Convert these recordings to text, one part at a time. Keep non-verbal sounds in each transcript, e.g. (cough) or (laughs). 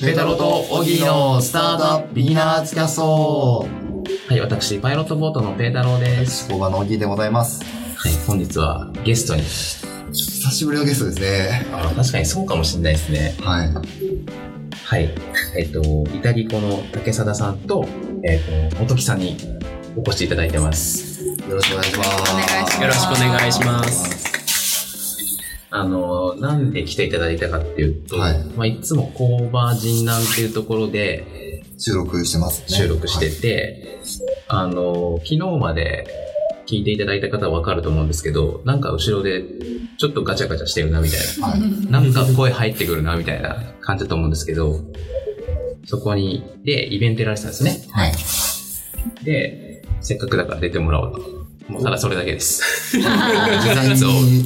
ペタロとオギーのスタートアップビギナーズキャストはい、私、パイロットボートのペータローです。工場のオギーでございます。はい、本日はゲストに。久しぶりのゲストですね。あ確かにそうかもしれないですね。はい。はい。えっと、イタリコの竹貞さんと、えっと、元木さんにお越しいただいてます。よろしくお願いします。お願いしますよろしくお願いします。あの、なんで来ていただいたかっていうと、はいい、まあ、いつも工場人なんていうところで収録してますね。収録してて、あの、昨日まで聞いていただいた方はわかると思うんですけど、なんか後ろでちょっとガチャガチャしてるなみたいな。はい。はい。なんか声入ってくるな、みたいな感じだと思うんですけど、そこに、で、イベントやられてたんですね。はい。で、せっかくだから出てもらおうと。もうただそれだけです。事前そうに、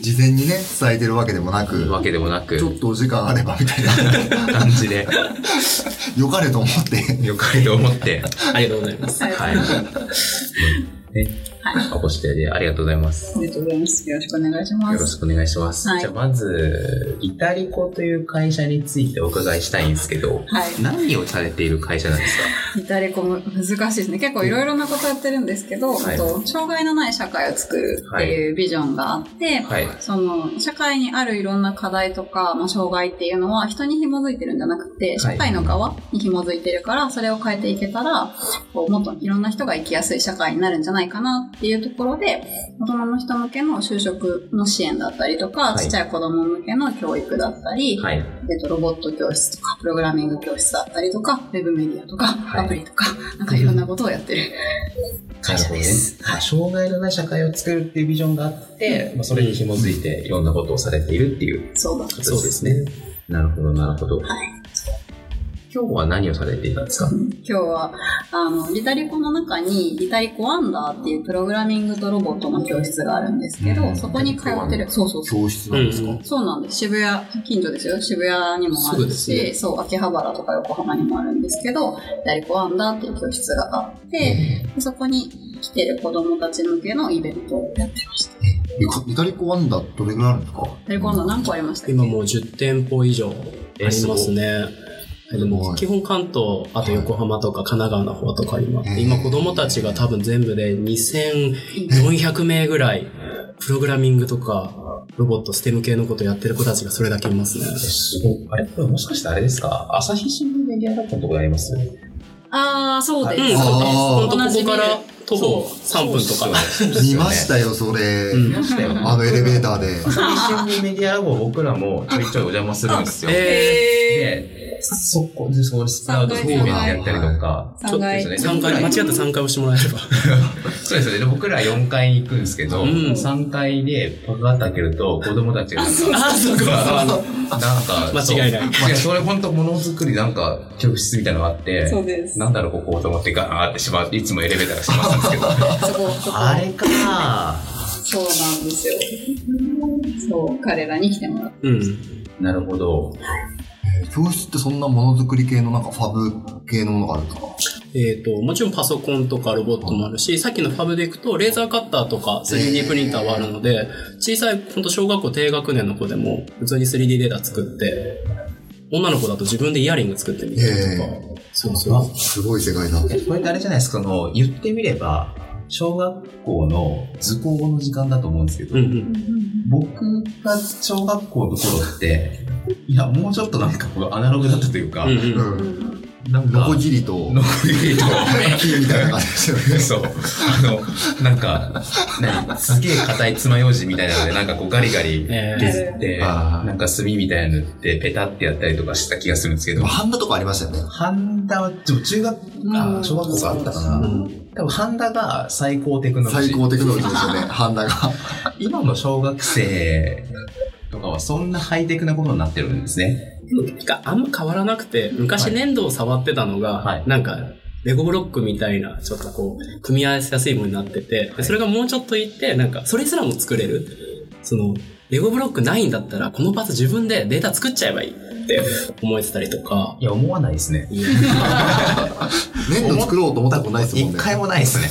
事前にね、伝えてるわけでもなく、わけでもなくち、ょっとお時間あればみたいな、 (laughs) 感じで、よかれと思って。よかれと思って、ありがとうございます。はい。ね、お越しいただいてありがとうございます。ありがとうございます。よろしくお願いしよまろす。しくお願いします。はいじゃあまず、イタリコという会社についてお伺いしたいんですけど、はい。何をされている会社なんですかイタリコも難しいですね。結構いろいろなことやってるんですけど、はいあと、障害のない社会を作るっていうビジョンがあって、はい。その、社会にあるいろんな課題とか、まあ、障害っていうのは人に紐づいてるんじゃなくて、社会の側に紐づいてるから、それを変えていけたら、こうもっといろんな人が生きやすい社会になるんじゃないかなっていうところで、大人の人向けの就職の支援だったりとか、はいちっちゃい子供向けの教育だったり、はい。えっと、ロボット教室とか、プログラミング教室だったりとか、ウェブメディアとか、はいアプリとか、なんかいろんなことをやってる会社です。なるほどね。障害のない社会を作るっていうビジョンがあって、まあ、それに紐づいていろんなことをされているっていうそうだ。形ですね。なるほど、なるほど。今日は何をされていたんですか今日は、あの、リタリコの中に、リタリコワンダーっていうプログラミングとロボットの教室があるんですけうど、んそこに通ってる。そうそうそう。教室なんですか、うんそうなんです。渋谷、近所ですよ。渋谷にもあすぐるですし、ねそう、秋葉原とか横浜にもあるんですけど、リタリコワンダーっていう教室があって、でそこに来てる子供たち向けのイベントをやってました。リイタイタリコワンダーどれぐらいあるんですかタリコワンダー何個ありましたっけ今もう10店舗以上ありますね。ごいですごもい基本関東、あと横浜とか神奈川の方とかにもあっへーて、今子供たちが多分全部で2400名ぐらい、プログラミングとか、ロボット、ステム系のことやってる子たちがそれだけいますね。すごい。あれこれもしかしてあれですか朝日新聞メディア学校のとこにありますああ、そうです。そうう、んでそうです。す本当同こじこビルから徒歩そう3分とか。そうですよね見ましたよ、それ。うん見ましたよね。あのエレベーターで。朝日新聞メディアラボ僕らもちょいちょいお邪魔するんですよ。えで、そこで、そうスプラウトイベントやったりとか、三階そうー、ですよね3回、間違って3回押してもらえれば。そうですよね。で僕ら4階に行くんですけど、うん3階でパカッと開けると子供たちがなんか、あ、そうか。あのなんか、間違いないそう。いや、それ本当ものづくりなんか教室みたいなのがあって、そうですなんだろう、ここと思ってガーってしまって、いつもエレベーターがしまったんですけど。そこ、そこ。あれかーそうなんですよ。そう、彼らに来てもらって。うん。なるほど。教室ってそんなものづくり系のなんかファブ系のものがあるんですかえー、ともちろんパソコンとかロボットもあるし、さっきのファブでいくとレーザーカッターとか 3D プリンターはあるので、小さい本当小学校低学年の子でも普通に 3D データ作って女の子だと自分でイヤリング作ってみたりとか、そうそうすごい世界だ。えこれってあれじゃないですか、その、言ってみれば、小学校の図工の時間だと思うんですけど、うんうん僕が小学校の頃って、いや、もうちょっとなんかこうアナログだったというか、うんうんうん。なんか、ノコギリと、ノコギリと、木みたいな感じですよね。 (laughs) そう。あの、なんか、ね、すげえ硬い爪楊枝みたいなので、なんかこうガリガリえ削って、あーなんか炭みたいなの塗って、ペタってやったりとかした気がするんですけでども、、ハンダとかありましたよね。ハンダは、でも中学、あ小学校があったかな。うん多分ハンダが最高テクノロジー。最高テクノロジーですよね、ハンダが。今の小学生とかはそんなハイテクなことになってるんですね。ー、てかあんま変わらなくては昔い粘土を触ってたのが、はいなんかレゴブロックみたいなちょっとこう組み合わせやすいものになってて、でそれがもうちょっといってなんかそれすらも作れるそのレゴブロックないんだったら、このパーツ自分でデータ作っちゃえばいいって思えてたりとか、 (laughs) いや、思わないですね。粘土作ろうと思ったことないですもん一ね。回もないで (laughs) すね。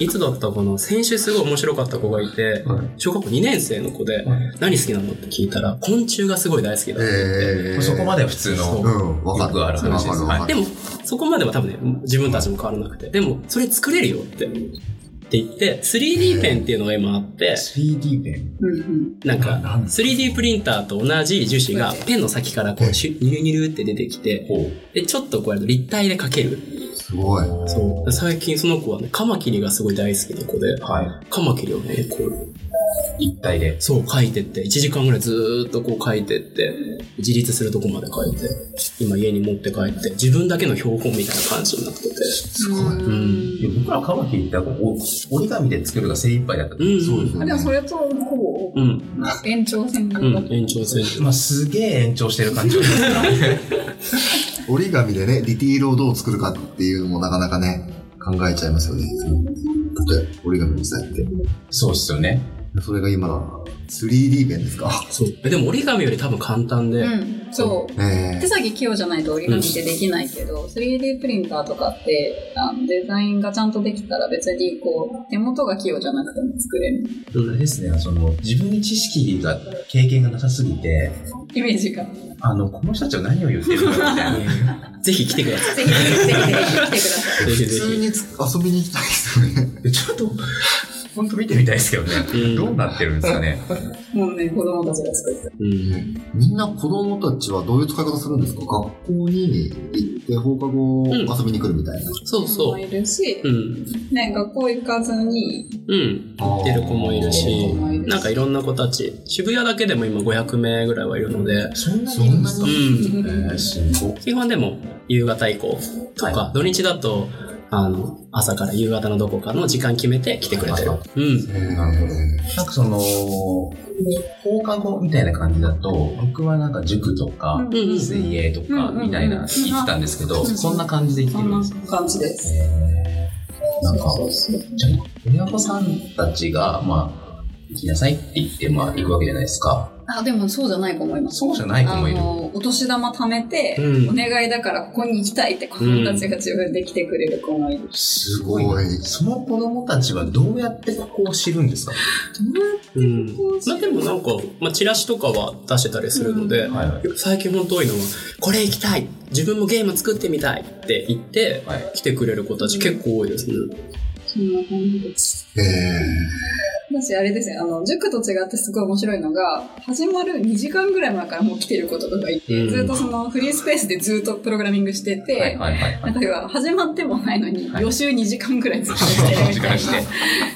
いつだったかな先週すごい面白かった子がいて、はい小学校2年生の子で、何好きなのって聞いたら、昆虫がすごい大好きだって。えー、そこまで。では普通そうの。うん、わかる。よくある話ですわかるわかでる。も、そこまでは多分ね、自分たちも変わらなくて。でも、それ作れるよって。って言って、3D ペンっていうのが今あって、 3D ペンうんうん。なんかなん、だ 3D プリンターと同じ樹脂がペンの先からこう、シュニュニュニュって出てきて、で、ちょっとこうやると立体で描ける。すごい。そう。最近その子はね、カマキリがすごい大好きな子で、はカマキリをね、こう、い。一体で。そう描いてって、1時間ぐらいずーっとこう描いてって、自立するとこまで描いて、今家に持って帰って、自分だけの標本みたいな感じになってて。すごい。いや僕らカマキリってお折り紙で作るが精一杯だった。うん。そうですよあでねも。それとほうぼん。延長線上うだっん。延長線。まあ、すげえ延長してる感 (laughs) じはしますね折り紙でね、ディティールをどう作るかっていうのもなかなかね、考えちゃいますよね。だって、折り紙にしたいって。そうっすよね。それが今だな。3D 弁ですか。そう。えでも折り紙より多分簡単で、うん、そう。え手先器用じゃないと折り紙ってできないけど、3D プリンターとかってあのデザインがちゃんとできたら別にこう手元が器用じゃなくても作れるあれですね、その、自分に知識が、経験がなさすぎて、イメージが。あの、この人たちは何を言ってるのかみたいな。ぜひ来てくださぜひぜひぜひ来てください。ぜひー、普ぜ通にひ。つ遊びに行きたいですよね。で (laughs) ちょっと、ほんと見てみたいですけどね。うんどうなってるんですかね。い。もうね、子供たちが作ってる。うん。みんな子供たちはどういう使い方するんですか学校に行って放課後うん遊びに来るみたいな。そ子供うそもいるしう。、うん。ね、学校行かずに、うん。行ってる子もいるし、なんかいろんな子たち、渋谷だけでも今500名ぐらいはいるので、そんなそんなにうん。えー、すごい。基本でも夕方以降とか、は土日だと、あの、朝から夕方のどこかの時間決めて来てくれてる。うん。なるほどなんかその、放課後みたいな感じだと、僕はなんか塾とか、うんうん水泳とかみたいな言ってたんですけど、うんうんそんな感じで生きそてるんんですな感じです。ね。なんか、そうそうじゃあ親御さんたちが、まあ、行きなさいって言って、まあ、行くわけじゃないですか。あ、でもそうじゃない子もいます。そうじゃない子あもいる。の、お年玉貯めて、うんお願いだからここに行きたいって子供たちが自分で来てくれる子もいる。すごいその子供たちはどうやってここを知るんですかうん。まあでもなんか、まあチラシとかは出してたりするので、はいはい。最近本当多いのは、これ行きたい自分もゲーム作ってみたいって言って、はい来てくれる子たち結構多いですね。そんな感じです。え私、あれですね、あの、塾と違ってすごい面白いのが、始まる2時間ぐらい前からもう来てる子とかがいて、うんずっとそのフリースペースでずっとプログラミングしてて、はいはいはいは。ないんか要は始まってもないのに、はい予習2時間ぐらいずっとして (laughs) るみたいな。して。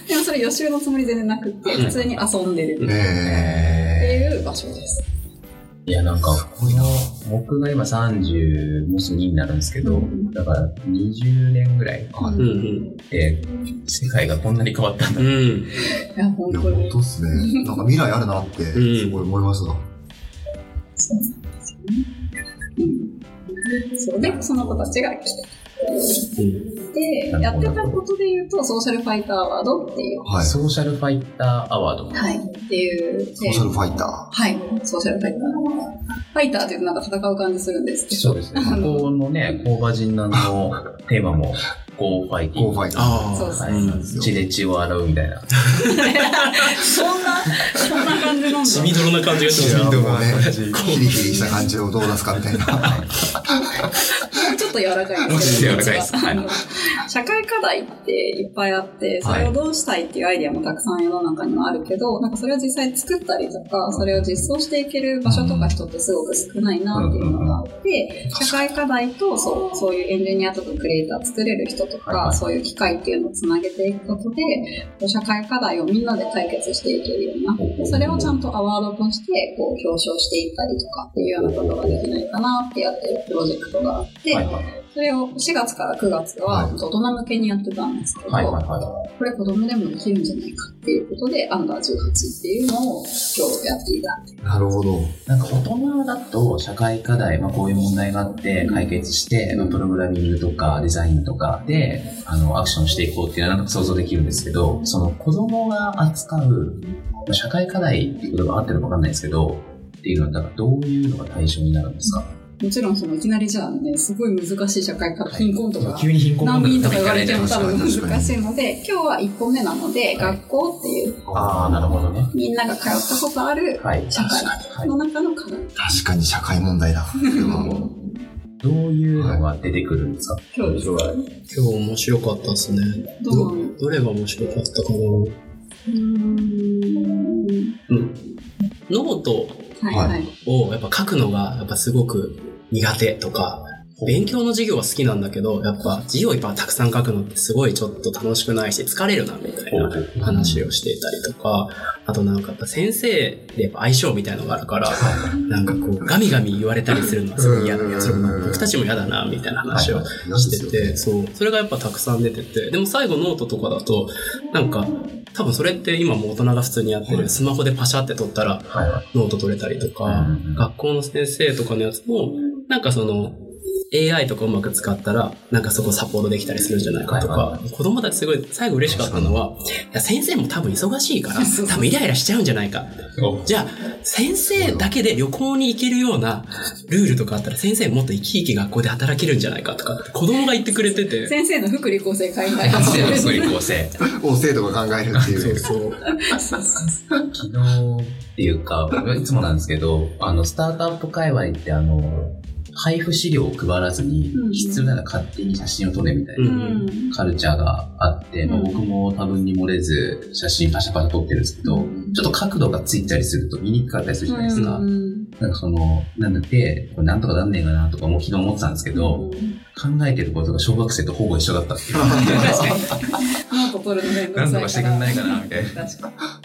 でもそれ予習のつもり全然なくて、普通に遊んでるー、ってえいう場所です。いや、なんか、僕が今30、もうすぐ2になるんですけど、だから20年ぐらいうんうん。で、世界がこんなに変わったんだ。うん。いや、本ー。いや、当本に。当っすね。 (laughs) なんか未来あるなって、うんすごい思いました。そうなんですよね。うん。そうで、その子たちが来て。うんで、やってたことで言うと、ソーシャルファイターアワードっていう。はい。ソソーシャルファイターアワード。はい。っていう。でーシャルファイタはい。ソーシャルファイター。ファイターっていうとなんか戦う感じするんですけど。そうですね。向こうのね、工場人なんのテーマも、ゴーファイー。ティゴンーグ。ファイター。あそうあ。そはうそうい血で血を洗うみたいな。そんな、そんな感じなん (laughs) だ。血みどろな感じがする。でもね、ヒリヒリした感じをどう出すかみたい (laughs) な。もう (laughs) ちょっと柔らかいもうちょっと柔らかいです実ははいあの社会課題っていっぱいあって、それをどうしたいっていうアイディアもたくさん世の中にはあるけど、なんかそれを実際作ったりとか、それを実装していける場所とか人ってすごく少ないなっていうのがあって、社会課題とそうそういうエンジニアとかクリエイター作れる人とはいはか、いそういう機会っていうのをつなげていくことで、こう社会課題をみんなで解決していけるような、でそれをちゃんとアワードとしてこう表彰していったりとかっていうようなことができないかなってやってるプロジェクトがあって、はいはいそれを4月から9月ははい大人向けにやってたんですけど、はいはいはこれ子供でもできるんじゃないかっていうことで、アンダー18っていうのを今日やっていた。なるほど。い。なんか大人だと社会課題、まあこういう問題があって解決して、まあプログラミングとかデザインとかで、あの、アクションしていこうっていうのはなんか想像できるんですけど、その子供が扱う、まあ社会課題っていうことがあってるのかわかんないですけど、っていうのは、だからどういうのが対象になるんですかもちろんそのいきなりじゃあね、すごい難しい社会から貧困とか、急に貧困難問題民ととかか言われても多確分かに難しいので、今日は1本目なので、学校っていうああ、なるほどね。みんなが通ったことあるはい。社会はいの中の課題。確かに社会問題 (laughs) だ。これはもうどういうのが出てくるんですか、今日ですか今日面白かったですね。どうなのどれが面白かったかなうーん。ノートはいはい。をやっぱ書くのがやっぱすごく苦手とか、勉強の授業は好きなんだけど、やっぱ授業いっぱいたくさん書くのってすごいちょっと楽しくないし、疲れるなみたいな話をしていたりとか、あとなんかやっぱ先生でやっぱ相性みたいのがあ (laughs) るから、なんかこうガミガミ言われたりするのはすごい嫌だ。いやそれも僕たちも嫌だなみたいな話をしてて、そう。それがやっぱたくさん出てて、でも最後ノートとかだと、なんか、多分それって今もう大人が普通にやってる、スマホでパシャって撮ったらはいはい。ノート取れたりとかうんうん、学校の先生とかのやつも、なんかその、AI とかうまく使ったら、なんかそこサポートできたりするんじゃないかとはいか、子供たちすごい最後嬉しかったのは、いや先生も多分忙しいから、多分イライラしちゃうんじゃないか。じゃあ、先生だけで旅行に行けるようなルールとかあったら、先生もっと生き生き学校で働けるんじゃないかとか、子供が言ってくれてて。先生の福利厚生会議会先生の福 (laughs) 利厚生。お生徒が考えるって (laughs) そいうう。そう。昨日っていうか、いつもなんですけど、あの、スタートアップ界隈って、あの、配布資料を配らずにうん、必要なら勝手に写真を撮れみたいなうん。カルチャーがあって、まあうん僕も多分に漏れず、写真パシャパシャ撮ってるんですけど、ちょっと角度がついたりすると見にくかったりするじゃないですか。うんなんかその、なんだって、これなんとかなんねえかなとかもう昨日思ってたんですけど、考えてることが小学生とほぼ一緒だったっていう。ノート取るのめんどくさいから。いかな、みたいな。確か